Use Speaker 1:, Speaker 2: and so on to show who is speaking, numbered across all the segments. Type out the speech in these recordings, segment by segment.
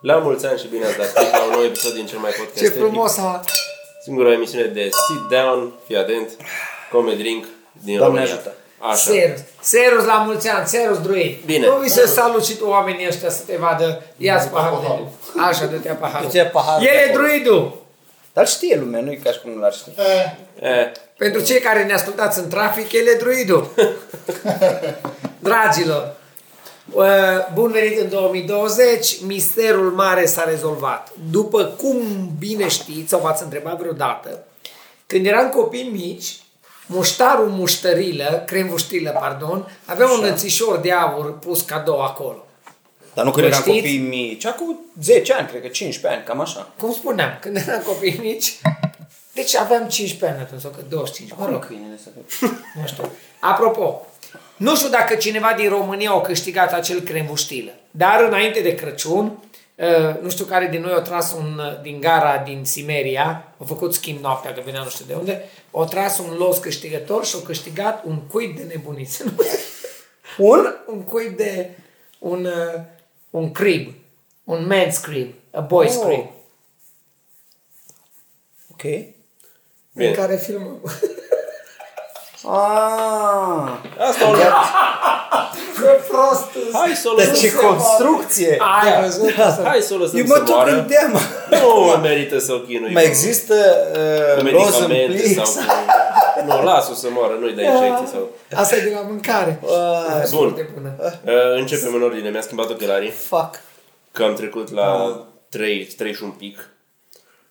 Speaker 1: La mulți ani și bine ați dat click la un nou episod din cel mai podcast.
Speaker 2: Ce frumos a...
Speaker 1: Singura emisiune de Sit Down, fii atent, Comedy Drink din
Speaker 3: Doamne
Speaker 1: România.
Speaker 3: ajută.
Speaker 1: Așa.
Speaker 2: Serus. Serus la mulți ani, serus drui.
Speaker 1: Bine.
Speaker 2: Nu vi se salut și oamenii ăștia să te vadă. Ia-ți paharul.
Speaker 4: paharul.
Speaker 2: Așa, dă-te paharul.
Speaker 3: Îți ia paharul
Speaker 2: El
Speaker 3: de
Speaker 2: e
Speaker 3: acolo.
Speaker 2: druidul.
Speaker 3: Dar știe lumea, nu-i ca și cum nu l-ar ști.
Speaker 4: E,
Speaker 1: E,
Speaker 2: Pentru cei care ne ascultați în trafic, el e druidul. Dragilor, uh, bun venit în 2020, misterul mare s-a rezolvat. După cum bine știți sau v-ați întrebat vreodată, când eram copii mici, muștarul muștărilă, cremvuștilă, pardon, avea un lățișor de aur pus cadou acolo.
Speaker 3: Dar nu când
Speaker 2: Vă
Speaker 3: eram
Speaker 2: știți?
Speaker 3: copii mici, acum 10 ani, cred că 15 ani, cam așa.
Speaker 2: Cum spuneam, când eram copii mici, deci aveam 15 ani atunci, sau că 25, mă rog.
Speaker 3: câinele să
Speaker 2: Nu știu. Apropo, nu știu dacă cineva din România a câștigat acel cremuștilă, dar înainte de Crăciun, uh, nu știu care din noi a tras un uh, din gara din Simeria, a făcut schimb noaptea, că venea nu știu de unde, a tras un los câștigător și a câștigat un cuib de nebunițe. un? Un cuib de... un, uh, un crib. Un man's crib. A boy's
Speaker 3: Oh.
Speaker 2: oh. crib.
Speaker 3: Ok.
Speaker 1: Bine.
Speaker 2: În care filmăm.
Speaker 3: Ah,
Speaker 1: Asta o luat.
Speaker 2: Că prost!
Speaker 1: Hai să o
Speaker 3: dar
Speaker 1: lăsăm.
Speaker 3: ce construcție!
Speaker 2: Ai văzut?
Speaker 1: Hai să o lăsăm
Speaker 3: Eu
Speaker 1: să
Speaker 3: mă tot
Speaker 1: moară.
Speaker 3: gândeam.
Speaker 1: Nu merită să o chinui.
Speaker 3: Mai există
Speaker 1: cu
Speaker 3: uh, roz în
Speaker 1: medicamente
Speaker 3: plic?
Speaker 1: sau cu... Nu, lasă să moară, nu-i dai injecții sau...
Speaker 2: Asta e de la mâncare.
Speaker 3: Ah,
Speaker 2: Asta e
Speaker 1: Bun.
Speaker 2: Foarte bună.
Speaker 1: Uh, Începem în ordine. Mi-a schimbat ochelarii,
Speaker 3: fuck.
Speaker 1: că am trecut la 3, 3 și un pic.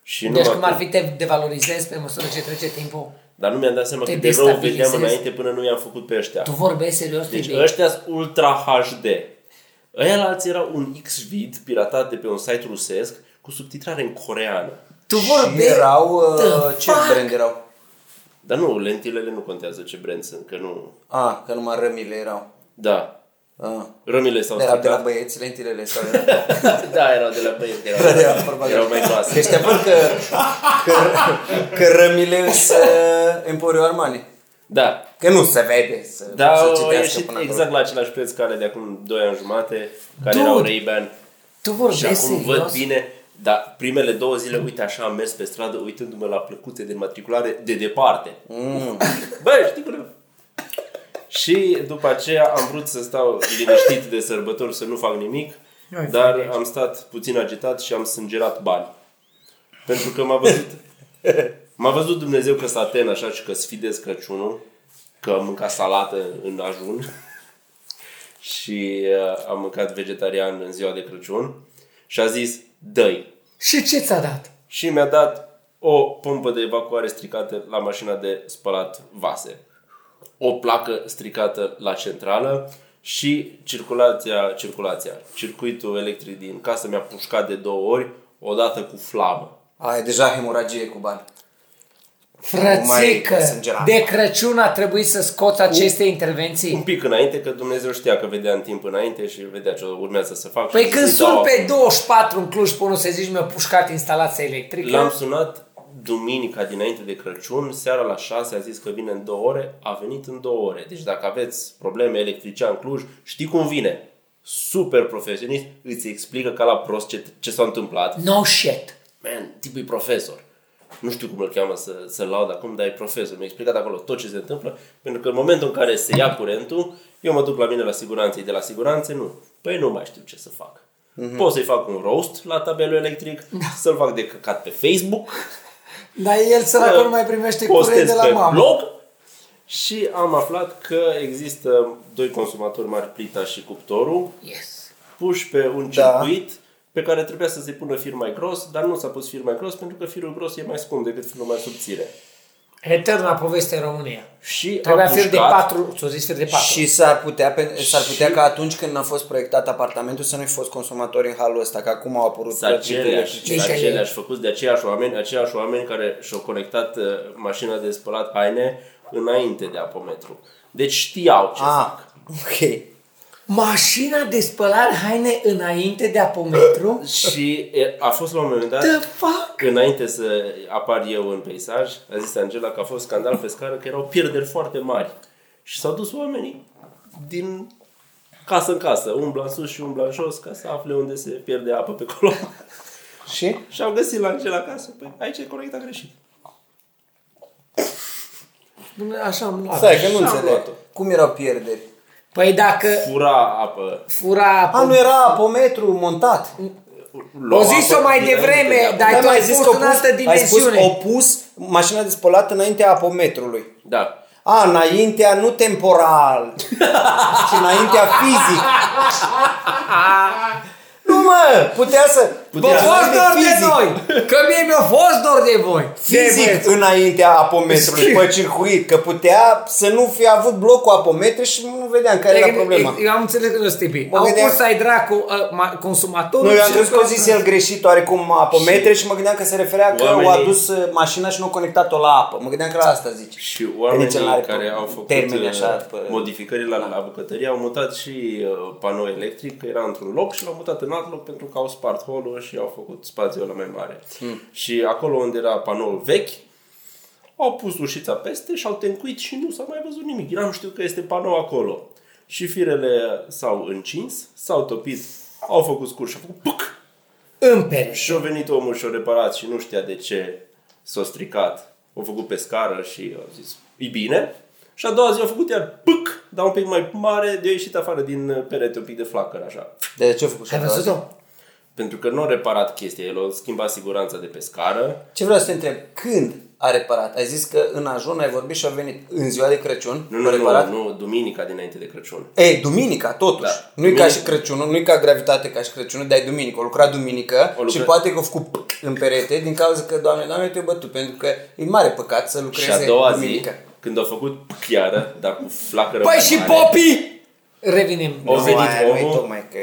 Speaker 1: Și nu
Speaker 2: Ah. Deci
Speaker 1: m-am-
Speaker 2: cum ar fi te devalorizezi pe măsură ce trece timpul?
Speaker 1: Dar nu mi-am dat seama
Speaker 2: Te
Speaker 1: cât de rău
Speaker 2: destabilizezi.
Speaker 1: vedeam înainte până nu i-am făcut pe ăștia.
Speaker 2: Tu vorbești serios
Speaker 1: Deci
Speaker 2: Bibi?
Speaker 1: ăștia sunt ultra HD. Ăia la alții era un X-vid piratat de pe un site rusesc cu subtitrare în coreană.
Speaker 2: Tu
Speaker 3: Și
Speaker 2: vorbești...
Speaker 3: erau, uh,
Speaker 2: The
Speaker 3: ce
Speaker 2: fuck?
Speaker 3: brand erau?
Speaker 1: Dar nu, lentilele nu contează ce brand sunt, că nu...
Speaker 3: Ah, că numai rămile erau.
Speaker 1: Da,
Speaker 3: Ah.
Speaker 1: rămile s-au
Speaker 3: Era de la
Speaker 1: stricat.
Speaker 3: băieți, lentilele sau
Speaker 1: Da, erau de la băieți,
Speaker 3: Era de la
Speaker 1: erau,
Speaker 3: propagandă.
Speaker 1: erau mai clase.
Speaker 3: Deci te văd că, că, că rămile să Emporio Armani.
Speaker 1: Da,
Speaker 3: Că nu se vede să,
Speaker 1: Da,
Speaker 3: să
Speaker 1: au
Speaker 3: citească
Speaker 1: ieșit
Speaker 3: până
Speaker 1: exact la același preț ca ale de acum 2 ani jumate, care
Speaker 2: Dude!
Speaker 1: erau Ray-Ban.
Speaker 2: Tu
Speaker 1: Și
Speaker 2: vorbești
Speaker 1: acum
Speaker 2: serios?
Speaker 1: văd bine, dar primele două zile, uite, așa am mers pe stradă uitându-mă la plăcute de matriculare de departe.
Speaker 3: Mm.
Speaker 1: Bă, știi cum Și după aceea am vrut să stau liniștit de sărbători, să nu fac nimic,
Speaker 2: Noi
Speaker 1: dar am stat puțin agitat și am sângerat bani. Pentru că m-a văzut, m-a văzut Dumnezeu că saten așa și că sfidez Crăciunul, că am mâncat salată în ajun și uh, am mâncat vegetarian în ziua de Crăciun și a zis, dă
Speaker 2: Și ce ți-a dat?
Speaker 1: și mi-a dat o pompă de evacuare stricată la mașina de spălat vase, o placă stricată la centrală și circulația, circulația, circuitul electric din casă mi-a pușcat de două ori, odată cu flamă.
Speaker 3: Ai deja hemoragie cu bani.
Speaker 2: Frățică,
Speaker 3: Mai sângerat.
Speaker 2: de Crăciun a trebuit să scoți aceste
Speaker 1: Un
Speaker 2: intervenții.
Speaker 1: pic înainte, că Dumnezeu știa că vedea în timp înainte și vedea ce urmează să fac.
Speaker 2: Păi
Speaker 1: Și
Speaker 2: când
Speaker 1: zic,
Speaker 2: sun
Speaker 1: "Da,
Speaker 2: pe 24 în Cluj pe unul să zici mi-a pușcat instalația electrică,
Speaker 1: L-am sunat duminica dinainte de Crăciun, seara la 6, a zis că vine în două ore, a venit în două ore. Deci dacă aveți probleme electrice în Cluj, știi cum vine. Super profesionist, îți explică ca la prost ce, ce s-a întâmplat.
Speaker 2: no shit.
Speaker 1: Man, tipul e profesor. Nu știu cum îl cheamă să, să-l laud acum, dar e profesor. Mi-a explicat acolo tot ce se întâmplă, pentru că în momentul în care se ia curentul, eu mă duc la mine la siguranță, e de la siguranțe, nu. Păi nu mai știu ce să fac. Mm-hmm. Pot să-i fac un roast la tabelul electric, să-l fac de căcat pe Facebook,
Speaker 2: Dar el săracul nu mai primește curent de la
Speaker 1: pe
Speaker 2: mamă.
Speaker 1: blog și am aflat că există doi consumatori mari, plita și cuptorul,
Speaker 2: Yes.
Speaker 1: puși pe un
Speaker 3: Da.
Speaker 1: circuit pe care trebuia să se pună fir mai gros, dar nu s-a pus fir mai gros pentru că firul gros e mai scump decât firul mai subțire.
Speaker 2: Eterna poveste în România.
Speaker 1: Și
Speaker 2: Trebuia
Speaker 1: am
Speaker 2: fir de
Speaker 1: pușcat-
Speaker 2: 4, ți-o zis fir de 4.
Speaker 3: Și s-ar putea, pe, s-ar putea
Speaker 1: Și-
Speaker 3: ca atunci când a fost proiectat apartamentul să nu-i fost consumatori în halul ăsta, că acum au apărut
Speaker 1: Sunt
Speaker 3: plăcile
Speaker 1: aceleași,
Speaker 3: electrice.
Speaker 1: sunt
Speaker 2: Deci,
Speaker 1: aceleași, făcuți de aceiași oameni, aceiași oameni care și-au conectat uh, mașina de spălat haine înainte de apometru. Deci știau ce
Speaker 3: Ah, ok.
Speaker 2: Mașina de spălat haine înainte de apometru?
Speaker 1: Și e, a fost la un moment dat...
Speaker 2: The fuck?
Speaker 1: Înainte să apar eu în peisaj, a zis Angela că a fost scandal pe scară, că erau pierderi foarte mari. Și s-au dus oamenii din casă în casă, umbla în sus și umbla în jos ca să afle unde se pierde apă pe acolo.
Speaker 2: Și?
Speaker 1: și au găsit la Angela acasă, păi aici e conectat greșit.
Speaker 2: Bun, Așa am luat.
Speaker 3: Stai, că nu
Speaker 1: și-am
Speaker 3: înțeleg.
Speaker 1: luat-o.
Speaker 3: Cum erau pierderi?
Speaker 2: Păi dacă
Speaker 1: Fura apă.
Speaker 2: fura
Speaker 3: A,
Speaker 2: apă...
Speaker 3: nu era apometru montat.
Speaker 1: lua
Speaker 2: O zis-o
Speaker 1: apă
Speaker 2: mai
Speaker 1: dinainte
Speaker 2: devreme,
Speaker 1: de apă.
Speaker 2: dar tu
Speaker 3: mai
Speaker 2: ai zis că
Speaker 3: că
Speaker 2: în altă
Speaker 3: ai spus
Speaker 2: dimensiune.
Speaker 3: opus mașina de spălat înaintea apometrului.
Speaker 1: Da.
Speaker 3: A, înaintea nu temporal, ci înaintea fizic. Nu mă, putea să...
Speaker 2: Vă
Speaker 1: Putea
Speaker 2: fost
Speaker 3: să-
Speaker 2: dor de noi! Că mie mi-a fost dor de voi! De
Speaker 3: Fizic
Speaker 2: băieți.
Speaker 3: înaintea apometrului,
Speaker 2: Știu.
Speaker 3: pe circuit, că putea să nu fi avut blocul apometre și nu vedeam care era
Speaker 2: Adică,
Speaker 3: problema.
Speaker 2: Eu am înțeles că nu stipi.
Speaker 3: Mă
Speaker 2: Au
Speaker 3: gândeam-
Speaker 2: pus ai dracu uh, ma- consumatorul
Speaker 3: Nu, eu am
Speaker 2: și-
Speaker 3: crezut că a zis el greșit oarecum apometre și mă gândeam că se referea că
Speaker 1: Oamenii-
Speaker 3: o adus uh, mașina și nu a conectat-o la apă. Mă gândeam că la asta zici.
Speaker 1: Și
Speaker 3: Nici el
Speaker 1: oamenii
Speaker 3: n-are
Speaker 1: care au făcut
Speaker 3: Deci, termeni
Speaker 1: uh,
Speaker 3: așa, Da. pă-
Speaker 1: modificări la, la bucătărie au mutat și uh, panou electric, că era într-un loc și l-au mutat în alt loc pentru că au spart holul și au făcut spațiul ăla mai mare.
Speaker 3: Hmm.
Speaker 1: Și acolo unde era panoul vechi, au pus ușița peste și au tencuit și nu s-a mai văzut nimic. N-am știut că este panou acolo. Și firele s-au încins, s-au topit, au făcut scurs și au făcut puc!
Speaker 2: În pereș.
Speaker 1: Și a venit omul și a reparat și nu știa de ce s-a stricat. O făcut pe scară și a zis, e bine. Și a doua zi a făcut iar pâc, dar un pic mai mare, de a ieșit afară din uh, perete, un pic de flacără, așa.
Speaker 3: De ce a făcut
Speaker 2: Ai
Speaker 1: Da,
Speaker 3: așa?
Speaker 2: văzut-o?
Speaker 1: Pentru că nu a reparat chestia, el a schimbat siguranța de pe scară.
Speaker 3: Ce vreau să te întreb, când a reparat? Ai zis că în ajun ai vorbit și a venit în ziua de Crăciun,
Speaker 1: Nu, nu,
Speaker 3: a reparat?
Speaker 1: nu, nu, duminica dinainte de Crăciun.
Speaker 3: Ei, duminica, totuși.
Speaker 1: Da.
Speaker 3: Nu-i
Speaker 1: Duminică.
Speaker 3: ca și Crăciunul, nu-i ca gravitate ca și Crăciunul, dar e duminică. O lucra duminică
Speaker 1: O lucra-
Speaker 3: și poate că a făcut pâc în perete din cauza că, doamne, doamne, te-ai bătut. Pentru că e mare păcat să lucreze
Speaker 1: Și a doua
Speaker 3: duminică.
Speaker 1: zi, când a făcut pâc iară, dar cu flacără
Speaker 2: Păi
Speaker 1: mai
Speaker 2: și
Speaker 1: mare,
Speaker 2: popii! Revenim.
Speaker 1: O
Speaker 3: Nu,
Speaker 1: venit
Speaker 3: aia nu-i
Speaker 1: omul.
Speaker 3: tocmai că...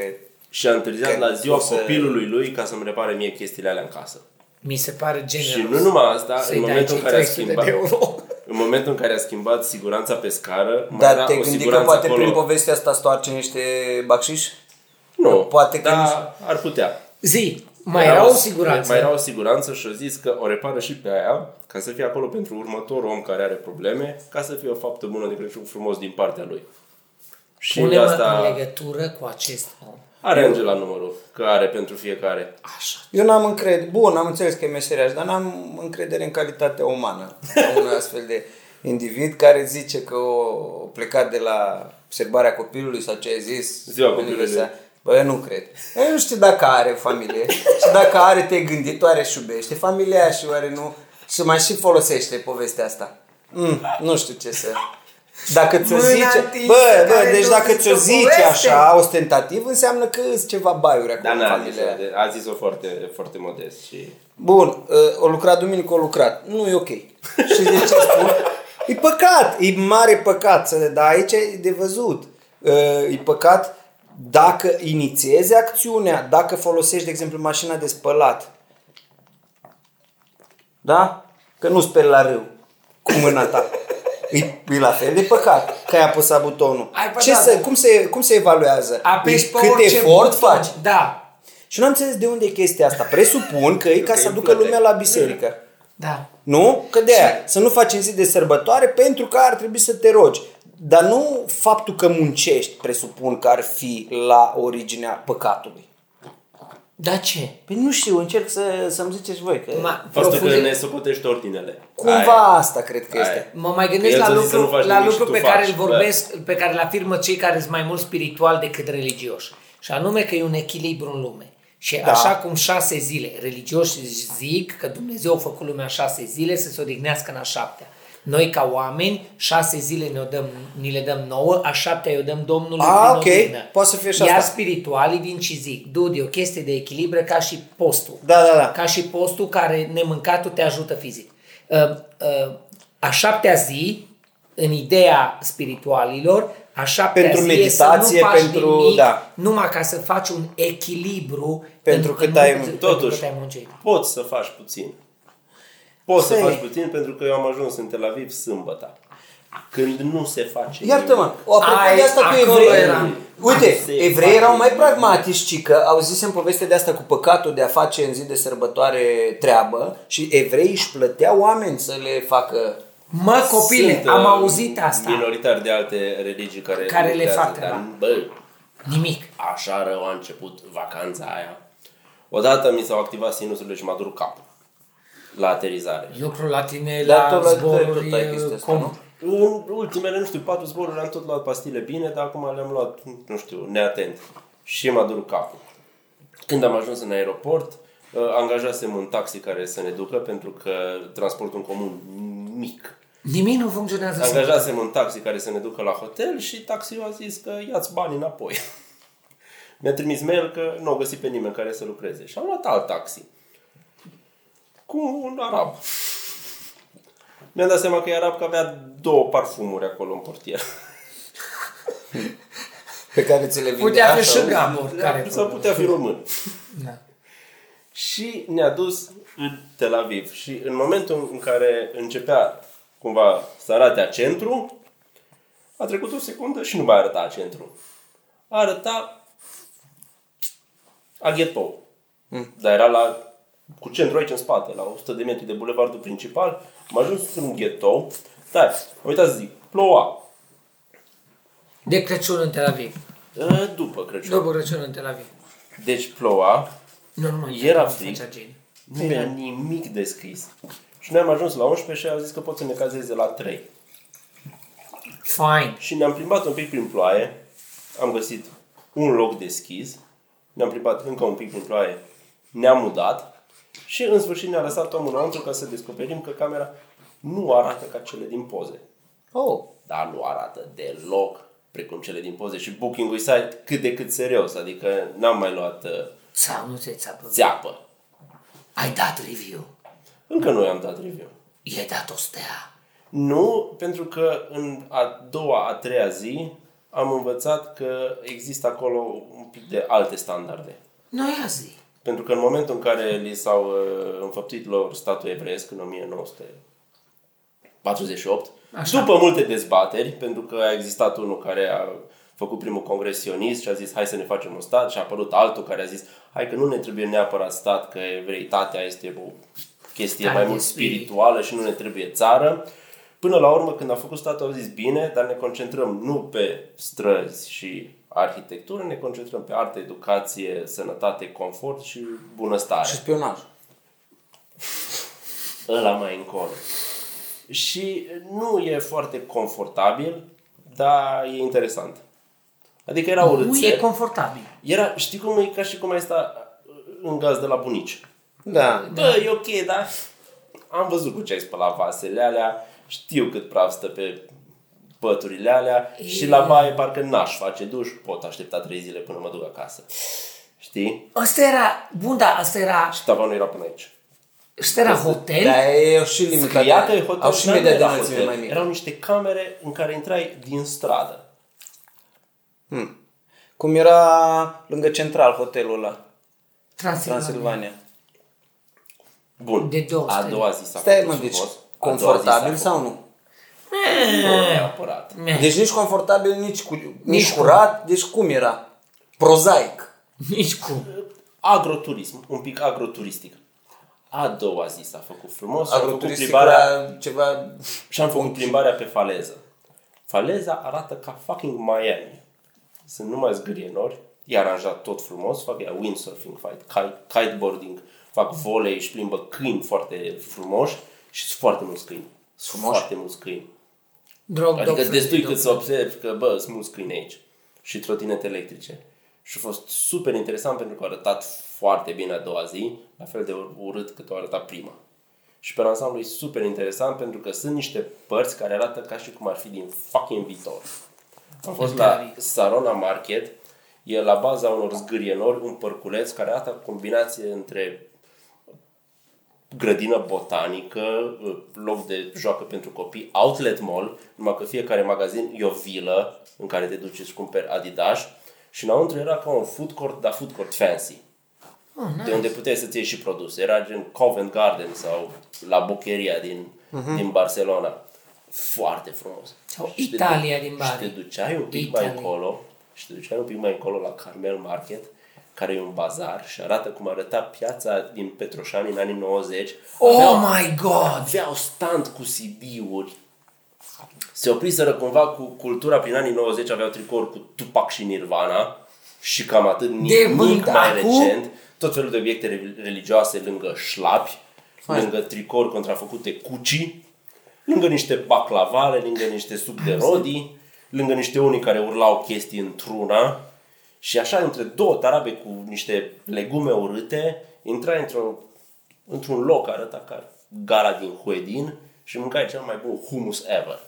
Speaker 1: Și a întârziat
Speaker 3: Că
Speaker 1: la ziua
Speaker 3: o să-
Speaker 1: copilului lui ca să-mi repare mie chestiile alea în casă.
Speaker 2: Mi se pare generos.
Speaker 1: Și nu numai asta,
Speaker 2: să-i
Speaker 1: în
Speaker 2: dai
Speaker 1: momentul în
Speaker 2: cei
Speaker 1: care a
Speaker 2: 300
Speaker 1: schimbat...
Speaker 2: de euro.
Speaker 1: În momentul în care a schimbat siguranța pe scară, mai
Speaker 3: Dar
Speaker 1: era
Speaker 3: te
Speaker 1: o
Speaker 3: gândi că
Speaker 1: siguranță
Speaker 3: poate
Speaker 1: acolo.
Speaker 3: prin povestea asta stoarce niște bacșiș?
Speaker 1: Nu,
Speaker 3: poate că
Speaker 1: dar ar putea.
Speaker 2: Zi, mai era o siguranță.
Speaker 1: Mai era o siguranță și a zis că o repară și pe aia, ca să fie acolo pentru următorul om care are probleme, ca să fie o faptă bună de Crăciun frumos din partea lui. Și de
Speaker 2: Pune-mă în
Speaker 1: asta
Speaker 2: legătură cu acest om.
Speaker 1: are Angela numărul, că are pentru fiecare.
Speaker 2: Așa.
Speaker 3: Eu n-am încredere, bun, am înțeles că e meseriaș, dar n-am încredere în calitatea umană. un astfel de individ care zice că o plecat de la observarea copilului sau ce ai zis.
Speaker 1: Ziua
Speaker 3: unii
Speaker 1: copilului.
Speaker 3: găsea. Bă, eu nu cred. Eu nu știu dacă are familie și dacă are te-ai gândit, oare își iubește familia și oare nu. Și mai și folosește povestea asta. Mm, nu știu ce să... Dacă ți-o
Speaker 2: Mâna
Speaker 3: zice...
Speaker 2: întinsă
Speaker 3: Bă, bă,
Speaker 2: care
Speaker 3: deci
Speaker 2: nu
Speaker 3: dacă
Speaker 2: zice
Speaker 3: ți-o
Speaker 2: o
Speaker 3: zice
Speaker 2: poveste.
Speaker 3: așa, ostentativ, înseamnă că sunt ceva baiuri acolo
Speaker 1: Dar
Speaker 3: în
Speaker 1: Da, n-a zis,
Speaker 3: familia
Speaker 1: a
Speaker 3: aia.
Speaker 1: zis-o foarte, foarte modest și...
Speaker 3: Bun, uh, o lucrat duminică, o lucrat. Nu e ok. Și de ce spun? E păcat, e mare păcat, să- dar aici e de văzut. Uh, E păcat dacă inițiezi acțiunea, dacă folosești, de exemplu, mașina de spălat. Da? Că nu speli la râu cu mâna ta. E, e la fel de păcat că ai apăsat butonul.
Speaker 2: Ai
Speaker 3: Ce
Speaker 2: pătat.
Speaker 3: să, cum, se, cum se evaluează?
Speaker 2: Apeși pe
Speaker 3: Deci Cât
Speaker 2: orice
Speaker 3: efort
Speaker 2: buton.
Speaker 3: faci?
Speaker 2: Da,
Speaker 3: Și nu am înțeles de unde e chestia asta. Presupun că e ca
Speaker 1: Că
Speaker 3: să
Speaker 1: îi
Speaker 3: aducă
Speaker 1: plăteai.
Speaker 3: lumea la biserică.
Speaker 2: da.
Speaker 3: Nu? Că de aia. Să nu faci în zi de sărbătoare pentru că ar trebui să te rogi. Dar nu faptul că muncești presupun că ar fi la originea păcatului.
Speaker 2: Da ce?
Speaker 3: Păi nu știu, încerc să, să-mi ziceți voi că
Speaker 2: Ma,
Speaker 1: Faptul că
Speaker 2: profunzi-
Speaker 1: ne socotești ordinele.
Speaker 3: cumva
Speaker 1: Aia.
Speaker 3: asta cred că
Speaker 1: Aia e.
Speaker 3: este.
Speaker 2: Mă mai gândesc
Speaker 1: El
Speaker 2: la
Speaker 1: ți-a zis să
Speaker 2: lucru,
Speaker 1: nu faci
Speaker 2: la
Speaker 1: nimic
Speaker 2: lucru
Speaker 1: și
Speaker 2: pe
Speaker 1: tu
Speaker 2: care
Speaker 1: faci,
Speaker 2: îl vorbesc, pe care îl afirmă cei care sunt mai mult spiritual decât religioși. Și anume că e un echilibru în lume. Și da. așa cum șase zile, religioși zic că Dumnezeu a făcut lumea șase zile să se odihnească în a șaptea. Noi ca oameni, șase zile ne dăm, ni le dăm nouă, a șaptea o dăm Domnului
Speaker 3: Ah,
Speaker 2: prin
Speaker 3: ok.
Speaker 2: odihnă.
Speaker 3: Poate să fie și
Speaker 2: Iar
Speaker 3: asta.
Speaker 2: spiritualii vin și zic, dude, e o chestie de echilibru ca și postul
Speaker 3: Da, da, da.
Speaker 2: ca și postul care nemâncatul te ajută fizic. Uh, uh, A șaptea zi, în ideea spiritualilor, a șaptea
Speaker 3: Pentru
Speaker 2: zi e să
Speaker 3: meditație,
Speaker 2: nu faci
Speaker 3: pentru-
Speaker 2: nimic,
Speaker 3: da.
Speaker 2: numai ca să faci un echilibru
Speaker 3: Pentru
Speaker 2: în,
Speaker 3: cât
Speaker 2: în,
Speaker 3: ai-
Speaker 2: pentru
Speaker 1: Totuși.
Speaker 2: cât ai muncit.
Speaker 1: Poți să faci puțin. Poți să
Speaker 3: Sei.
Speaker 1: faci puțin pentru că eu am ajuns în Tel Aviv sâmbătă. Când nu se face
Speaker 3: Iartă-mă, o apropo
Speaker 2: Ai,
Speaker 3: de asta cu
Speaker 2: acolo
Speaker 3: evrei.
Speaker 2: eram.
Speaker 3: Uite,
Speaker 1: Se
Speaker 3: evrei
Speaker 1: face
Speaker 3: erau mai
Speaker 1: nimic.
Speaker 3: pragmatici, ci că au zis în povestea de asta cu păcatul de a face în zi de sărbătoare treabă și evrei își plăteau oameni să le facă.
Speaker 2: Mă, copile,
Speaker 1: Sunt,
Speaker 2: am
Speaker 1: uh,
Speaker 2: auzit asta.
Speaker 1: minoritari de alte religii care,
Speaker 2: Care le
Speaker 1: lucrează,
Speaker 2: fac da.
Speaker 1: dar,
Speaker 2: treaba.
Speaker 1: bă,
Speaker 2: Nimic.
Speaker 1: Așa rău a început vacanța aia. Odată mi s-au activat sinusurile și m-a durut capul la aterizare.
Speaker 2: Eu pro la tine
Speaker 3: Dar
Speaker 2: la
Speaker 3: tot la-
Speaker 2: zboruri uh,
Speaker 3: tot ai chestia asta,
Speaker 2: com-
Speaker 3: nu?
Speaker 1: În ultimele, nu știu, patru zboruri am tot luat pastile bine, dar acum le-am luat, nu știu, neatent. Și m-a durut capul. Când am ajuns în aeroport, uh, angajasem un taxi care să ne ducă, pentru că transportul în comun mic.
Speaker 2: Nimic nu funcționează. singur.
Speaker 1: Angajasem un taxi care să ne ducă la hotel și taxiul a zis că ia-ți banii înapoi. Mi-a trimis mail că nu au găsit pe nimeni care să lucreze. Și am luat alt taxi. Cu un arab. Mi-am dat seama că e arab că avea două parfumuri acolo în portier.
Speaker 3: Pe care ți le vinde
Speaker 2: Putea fi
Speaker 3: așa,
Speaker 2: și Gabor. Care
Speaker 1: Sau putea fi român.
Speaker 2: Da.
Speaker 1: Și ne-a dus în Tel Aviv. Și în momentul în care începea cumva să arate centru, a trecut o secundă și nu mai arăta centru. Arăta a ghetto. Mm. Dar era la cu centru aici în spate, la 100 de metri de bulevardul principal, am ajuns în ghetto. Dar, uitați zic, ploua.
Speaker 2: De Crăciun în Tel Aviv.
Speaker 1: Ă, După Crăciun.
Speaker 2: De Crăciun în Tel Aviv.
Speaker 1: Deci ploua,
Speaker 2: Nu, nu mai
Speaker 1: Era
Speaker 2: nu
Speaker 1: frig.
Speaker 2: făcea gen.
Speaker 1: Nu era nimic de scris. Și noi am ajuns la 11 și a zis că pot să ne cazeze la 3.
Speaker 2: Fine.
Speaker 1: Și ne-am plimbat un pic prin ploaie, am găsit un loc deschis, ne-am plimbat încă un pic prin ploaie, ne-am mudat și în sfârșit ne-a lăsat omul înăuntru ca să descoperim că camera nu arată ca cele din poze.
Speaker 3: Oh,
Speaker 1: Dar nu arată deloc precum cele din poze și booking-ul site cât de cât serios, adică n-am mai luat uh,
Speaker 2: Sau nu te țapă.
Speaker 1: țeapă.
Speaker 2: Ai dat review.
Speaker 1: Încă nu i-am dat review.
Speaker 2: I-ai dat o stea.
Speaker 1: Nu, pentru că în a doua, a treia zi am învățat că există acolo un pic de alte standarde.
Speaker 2: Nu ia zi.
Speaker 1: Pentru că în momentul în care li s-au uh, înfăptuit lor statul evreiesc în 1948,
Speaker 2: Așa.
Speaker 1: după multe dezbateri, pentru că a existat unul care a făcut primul congresionist și a zis hai să ne facem un stat și a apărut altul care a zis hai că nu ne trebuie neapărat stat, că evreitatea este o chestie
Speaker 2: Care
Speaker 1: mai
Speaker 2: e
Speaker 1: mult
Speaker 2: spirit.
Speaker 1: spirituală și nu ne trebuie țară. Până la urmă, când a făcut statul, au zis bine, dar ne concentrăm nu pe străzi și arhitectură, ne concentrăm pe artă, educație, sănătate, confort și bunăstare
Speaker 3: și spionaj.
Speaker 1: ăla mai încolo. Și nu e foarte confortabil, dar e interesant. Adică era
Speaker 2: Nu e
Speaker 1: urâțel.
Speaker 2: confortabil.
Speaker 1: Era, știi cum e ca și cum ai sta uh, în gaz de la bunici.
Speaker 3: Da.
Speaker 1: Bă, e ok, dar am văzut cu ce ai spălat vasele alea, știu cât praf stă pe păturile alea și la baie parcă n-aș face duș, pot aștepta trei zile până mă duc acasă. Știi?
Speaker 2: Asta era, bun, da, asta era,
Speaker 1: Și tavanul era până aici.
Speaker 2: asta era hotel.
Speaker 1: da,
Speaker 3: Dar e și limita.
Speaker 1: Ia că e hotel,
Speaker 3: Au și
Speaker 1: dar nu
Speaker 3: media de
Speaker 1: era
Speaker 3: înălțime
Speaker 1: hotel.
Speaker 3: mai mică.
Speaker 1: Erau niște camere în care intrai din stradă.
Speaker 3: Cum era lângă central hotelul ăla,
Speaker 2: Transilvania.
Speaker 3: Transilvania.
Speaker 1: Bun.
Speaker 2: De două
Speaker 1: A
Speaker 2: stele.
Speaker 1: doua zi s-a
Speaker 3: Stai, mă,
Speaker 1: făcut
Speaker 3: deci
Speaker 1: frumos. A doua zi s-a
Speaker 3: confortabil
Speaker 1: făcut.
Speaker 3: sau nu?
Speaker 1: Nu neapărat.
Speaker 2: Eh, Meh.
Speaker 3: Deci nici confortabil, nici, cu, nici,
Speaker 2: Nici
Speaker 3: curat, deci cum era? Prozaic.
Speaker 2: Nici cum.
Speaker 1: Agroturism, un pic agroturistic. A doua zi s-a făcut frumos și am făcut
Speaker 3: Agroturistic
Speaker 1: plimbarea,
Speaker 3: era ceva...
Speaker 1: și am făcut plimbarea pe faleză. Faleza arată ca fucking Miami. Sunt numai zgârienori, e aranjat tot frumos, fac ea windsurfing, fac kite- kiteboarding, fac volei, își plimbă câini foarte frumoși și sunt foarte mulți câini. Sunt
Speaker 3: Frumoși?
Speaker 1: foarte mulți câini.
Speaker 2: Drog,
Speaker 1: Adică
Speaker 2: dog,
Speaker 1: destui
Speaker 2: frate,
Speaker 1: cât
Speaker 2: dog.
Speaker 1: să observi că, bă, sunt mulți câini aici și trotinete electrice. Și a fost super interesant pentru că a arătat foarte bine a doua zi, la fel de urât cât o arăta prima. Și pe ansamblu e super interesant pentru că sunt niște părți care arată ca și cum ar fi din fucking viitor. Am fost la Sarona Market, e la baza unor zgârienori un părculeț care arată o combinație între grădină botanică, loc de joacă pentru copii, outlet mall, numai că fiecare magazin e o vilă în care te duci și cumperi Adidas și înăuntru era ca un food court, dar food court fancy.
Speaker 2: Oh, nice.
Speaker 1: De unde puteai să-ți iei și produse. Era gen Covent Garden sau la Bocheria din, din Barcelona. Foarte frumos.
Speaker 2: Mhm. Sau
Speaker 1: Și te
Speaker 2: Italia
Speaker 1: du-
Speaker 2: din Bari.
Speaker 1: Și te duceai un pic
Speaker 2: Italia.
Speaker 1: mai încolo și te duceai un pic mai încolo la Carmel Market, care e un bazar și arată cum arăta piața din Petroșani în anii 90. Aveau-
Speaker 2: Oh my god!
Speaker 1: aveau stand cu CD-uri. Se opriseră cumva cu cultura prin anii 90, aveau tricouri cu Tupac și Nirvana. și cam atât,
Speaker 2: De
Speaker 1: nici, nici
Speaker 2: vând
Speaker 1: mai
Speaker 2: acum?
Speaker 1: recent, tot felul de obiecte re- religioase lângă șlapi, lângă tricouri contrafăcute Gucci, lângă niște baclavare, lângă niște suc de rodii, lângă niște unii care urlau chestii într-una și așa între două tarabe cu niște legume urâte, intrai într-un, într-un loc arăta ca gara din Huedin și mâncai cel mai bun hummus ever.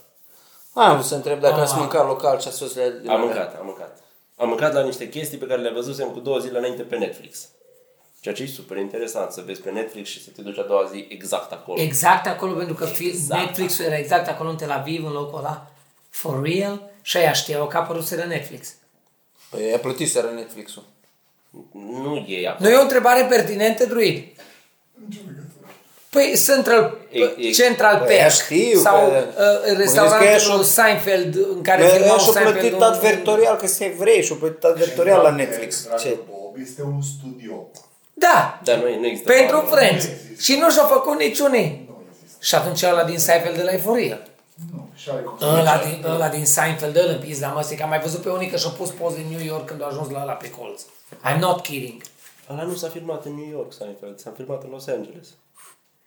Speaker 3: Am vrut să întreb dacă ați mâncat local ce ați
Speaker 1: Am mâncat, am mâncat. Am mâncat la niște chestii pe care le văzusem cu două zile înainte pe Netflix. Ceea ce e super interesant să vezi pe Netflix și să te duci a doua zi exact acolo.
Speaker 2: Exact acolo, pentru că exact.
Speaker 1: Exact.
Speaker 2: Netflix-ul era exact acolo în Tel Aviv, în locul ăla, for real, și aia știau că a apărut de Netflix.
Speaker 3: Păi a plătit seara Netflix-ul.
Speaker 1: Nu e acolo.
Speaker 2: Nu e o întrebare pertinentă, Druid? Păi Central,
Speaker 1: E- e-
Speaker 2: Central
Speaker 3: Păi,
Speaker 2: Perk
Speaker 3: știu,
Speaker 2: sau
Speaker 3: că-
Speaker 2: uh,
Speaker 3: Mă gândesc că
Speaker 2: restaurantul
Speaker 3: ea
Speaker 2: lui
Speaker 3: și-o- Păi,
Speaker 2: Seinfeld în care
Speaker 3: Ea
Speaker 2: filmau
Speaker 3: și-a
Speaker 2: Seinfeld
Speaker 3: plătit
Speaker 2: un-
Speaker 3: advertorial, că sunt evrei și-a plătit advertorial la Netflix.
Speaker 4: Exact, Dragă
Speaker 3: Ce?
Speaker 4: Bob, este un studio.
Speaker 2: Da,
Speaker 1: Dar nu, e- nu există.
Speaker 2: pentru
Speaker 1: bani.
Speaker 2: Friends.
Speaker 4: Nu există.
Speaker 2: Și nu și-a făcut niciunii.
Speaker 4: Nu există.
Speaker 2: Și atunci ăla din Seinfeld de la Eforie.
Speaker 4: Nu. Și are cum să
Speaker 2: Ăla din, ăla din Seinfeld, ăla în pizda măsii, că am mai văzut pe unii că și-a pus poze în New York când a ajuns la ăla pe colț. I'm not kidding.
Speaker 1: Ăla nu s-a filmat în New York, Seinfeld. S-a filmat în Los Angeles.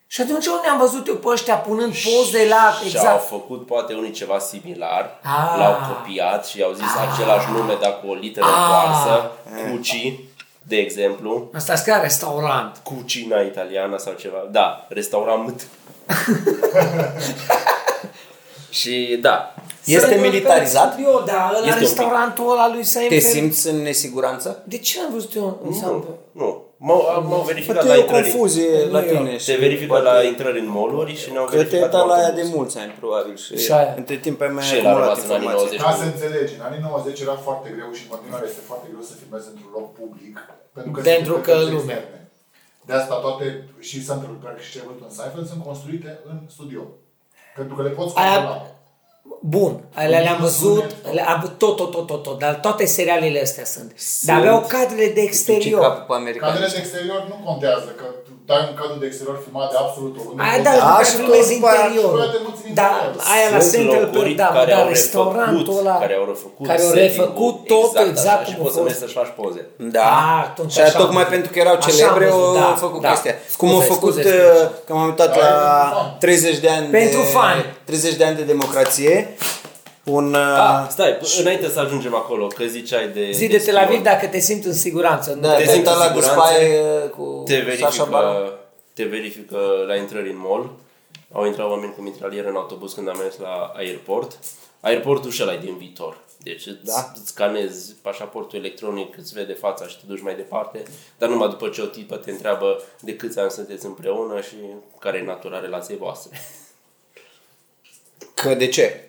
Speaker 2: Și atunci unde am văzut eu pe ăștia punând poze la...
Speaker 1: Și au
Speaker 2: Exact.
Speaker 1: făcut poate unii ceva similar,
Speaker 2: Ah.
Speaker 1: l-au copiat și au zis același nume, dar cu o literă
Speaker 2: Ah.
Speaker 1: întoarsă. Cuci, de exemplu.
Speaker 2: Asta scria restaurant.
Speaker 1: Cucina italiana sau ceva. Da, restaurant. și da,
Speaker 3: Este
Speaker 2: Central
Speaker 3: militarizat?
Speaker 2: Perk Studio, da, ăla
Speaker 1: Este un pic.
Speaker 2: restaurantul ăla lui
Speaker 3: Te
Speaker 2: Seinfeld.
Speaker 3: simți în nesiguranță?
Speaker 2: De ce am văzut eu? în Seinfeld?
Speaker 1: nu, nu. M-au, m-au
Speaker 3: Păi
Speaker 1: verificat
Speaker 3: tu
Speaker 1: la
Speaker 3: e o
Speaker 1: intrări. Da,
Speaker 3: confuzie la tine.
Speaker 1: Se verifică la intrări în mall și ne-au
Speaker 3: Că te-ai
Speaker 1: verificat
Speaker 3: uitat
Speaker 1: în
Speaker 3: la aia de
Speaker 1: autobuz.
Speaker 3: mulți ani, probabil. Și
Speaker 2: Și aia.
Speaker 3: între timp ai mai
Speaker 1: Și el a
Speaker 3: acumulat
Speaker 1: rămas în anii
Speaker 3: informații.
Speaker 1: 90.
Speaker 4: Ca să înțelegi, în anii 90 era foarte greu și în continuare este foarte greu să filmezi într-un loc public. Pentru că,
Speaker 2: Pentru
Speaker 4: sunt
Speaker 2: că
Speaker 4: interferențe
Speaker 2: lumea.
Speaker 4: externe. De asta toate și Central Park și ce ai văzut în Seinfeld sunt construite în studio. Pentru că le poți
Speaker 2: Aia-
Speaker 4: controla.
Speaker 2: Bun, alea le-am văzut,
Speaker 4: Spune.
Speaker 2: le am, tot, tot, tot, tot, tot, dar toate serialele astea sunt. Dar aveau cadrele de exterior.
Speaker 3: capul pe american.
Speaker 4: Cadrele de exterior nu contează, că tu dai un cadru de exterior filmat de absolut oriunde.
Speaker 2: Aia da,
Speaker 4: Poți-
Speaker 2: da,
Speaker 3: Da,
Speaker 2: care
Speaker 3: și
Speaker 2: filmezi
Speaker 3: după aia-
Speaker 2: interiorul.
Speaker 4: și poate mulțumim
Speaker 2: Da,
Speaker 4: de el.
Speaker 2: aia la
Speaker 1: Sunt
Speaker 2: Central
Speaker 1: locuri
Speaker 2: Perk, da,
Speaker 1: care
Speaker 2: dar
Speaker 1: au
Speaker 2: restaurantul
Speaker 1: refăcut,
Speaker 2: ăla
Speaker 1: care au refăcut,
Speaker 2: care au
Speaker 1: setting-ul
Speaker 2: refăcut totul exact
Speaker 1: așa, și
Speaker 2: cum a
Speaker 1: poți să mergi
Speaker 2: fost.
Speaker 1: să-și faci poze.
Speaker 2: A,
Speaker 3: Da.
Speaker 2: Ah, atunci
Speaker 3: și
Speaker 2: așa am
Speaker 3: tocmai
Speaker 2: văzut.
Speaker 3: pentru că erau
Speaker 2: Așa am
Speaker 3: celebre,
Speaker 2: văzut,
Speaker 3: au
Speaker 2: da,
Speaker 3: făcut
Speaker 2: da.
Speaker 3: chestia. Cum au
Speaker 2: Scuze,
Speaker 3: făcut,
Speaker 2: scuze,
Speaker 3: uh,
Speaker 2: scuze.
Speaker 3: că m-am uitat
Speaker 4: Da,
Speaker 3: la
Speaker 4: e fan.
Speaker 3: 30 de ani
Speaker 2: Pentru
Speaker 3: de,
Speaker 2: fan.
Speaker 3: 30 de ani de democrație, un... uh,
Speaker 2: Da,
Speaker 1: Ah, stai, p- înainte să ajungem acolo, că ziceai de...
Speaker 2: Zi de Tel
Speaker 1: spion.
Speaker 2: Aviv dacă te simți în siguranță. nu?
Speaker 3: da,
Speaker 1: te
Speaker 3: te
Speaker 1: simți
Speaker 3: la
Speaker 1: în siguranță?
Speaker 3: guspaie uh, cu
Speaker 1: te
Speaker 3: Sasha Baron.
Speaker 1: verifică, te verifică la intrări în mall. Au intrat oameni cu mitraliere în autobuz când am mers la aeroport. Aeroportul și ăla e din viitor. Deci îți,
Speaker 3: Da.
Speaker 1: îți scanezi pașaportul electronic, îți vede fața și te duci mai departe, dar numai după ce o tipă te întreabă de câți ani sunteți împreună și care e natura relației voastre.
Speaker 3: Că de ce?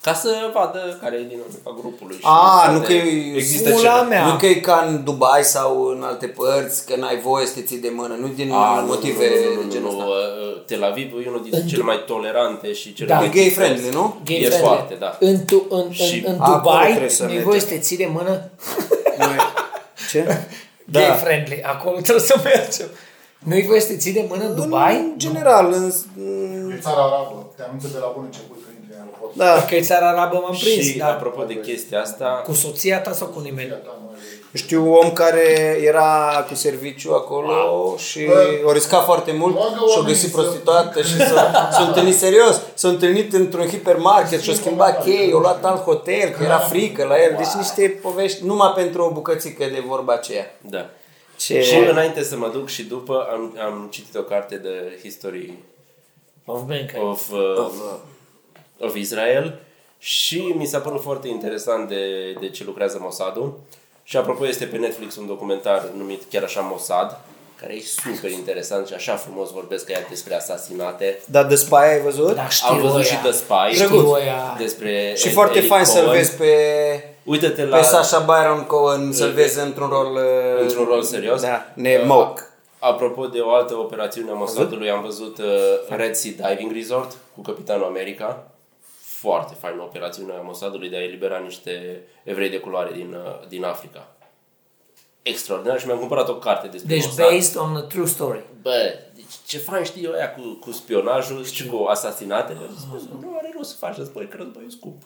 Speaker 1: Ca să vadă care e dinamica grupului. și
Speaker 2: Ah,
Speaker 3: A, nu
Speaker 1: poate
Speaker 3: că e
Speaker 1: există
Speaker 2: pula
Speaker 1: ceva.
Speaker 2: mea.
Speaker 3: Nu că e ca în Dubai sau în alte părți, că n-ai voie să te ții de mână, nu din
Speaker 1: A, Ah, nu,
Speaker 3: motive
Speaker 1: nu, nu, nu,
Speaker 3: de
Speaker 1: nu,
Speaker 3: genul
Speaker 1: nu,
Speaker 3: ăsta.
Speaker 1: uh, Tel Aviv e unul dintre cele mai tolerante și cele
Speaker 2: Da.
Speaker 1: mai...
Speaker 3: E gay friendly, nu?
Speaker 2: Gay
Speaker 1: E
Speaker 2: friendly.
Speaker 1: foarte, da.
Speaker 2: În, tu, în, în,
Speaker 1: Și
Speaker 2: în
Speaker 3: acolo
Speaker 2: Dubai,
Speaker 3: trebuie să
Speaker 2: nu-i
Speaker 3: mergem.
Speaker 2: voie să te ții de mână?
Speaker 3: Noi- Ce?
Speaker 2: Da. Gay friendly, acolo trebuie să mergem. Nu-i voie să te ții de mână
Speaker 3: Mm,
Speaker 2: în Dubai?
Speaker 3: În general, în... în-
Speaker 4: E țara arabă, te anunță de la bun început când intri în aeroport.
Speaker 3: Da.
Speaker 2: Că e țara arabă, m-am prins,
Speaker 1: Și
Speaker 2: da.
Speaker 1: apropo de chestia asta,
Speaker 2: Cu soția ta sau cu
Speaker 3: Da.
Speaker 2: nimeni?
Speaker 4: Iată, Da, mă, e-
Speaker 3: Știu un om care era cu serviciu acolo și o risca foarte mult
Speaker 4: Roagă
Speaker 3: și-o
Speaker 4: Ah. oamenii
Speaker 3: găsit
Speaker 4: să-
Speaker 3: prostituată și s-a, s-a întâlnit serios. S-a întâlnit într-un hipermarket și-a schimbat chei, o luat alt hotel, că era frică la el. Deci niște povești numai pentru o bucățică de vorba aceea.
Speaker 1: da.
Speaker 3: Ce...
Speaker 1: Și înainte să mă duc și după am, am citit o carte de History
Speaker 2: Of mankind.
Speaker 1: of, uh, of, of Israel și mi s-a părut foarte interesant de, de ce lucrează Mossadul. Și apropo, este pe Netflix un documentar numit chiar așa Mossad, care e super interesant și așa frumos vorbesc ea despre asasinate.
Speaker 3: Dar de spy ai văzut?
Speaker 2: Da, știu
Speaker 1: Am văzut
Speaker 2: ăia.
Speaker 1: și The Spy,
Speaker 2: Știu ăia.
Speaker 1: despre
Speaker 3: și foarte
Speaker 1: Eric
Speaker 3: fain să-l
Speaker 1: Cohen.
Speaker 3: vezi pe,
Speaker 1: Uite-te la...
Speaker 3: pe Sasha Byron Cohen, să-l vezi într-un rol... uh,
Speaker 1: Într-un rol serios?
Speaker 3: Da, ne moc.
Speaker 1: Apropo de o altă operațiune a Mossadului, am văzut uh, Red Sea Diving Resort cu Capitanul America. Foarte faină operațiune a Mossadului de a elibera niște evrei de culoare din, uh, din Africa. Extraordinar și mi-am cumpărat o carte despre
Speaker 2: Deci
Speaker 1: Mossad.
Speaker 2: based on a true story.
Speaker 1: Bă, deci ce fain știi ăia cu, cu spionajul și cu asasinatele. Am zis, Nu are rost să faci război, că războiul e scump.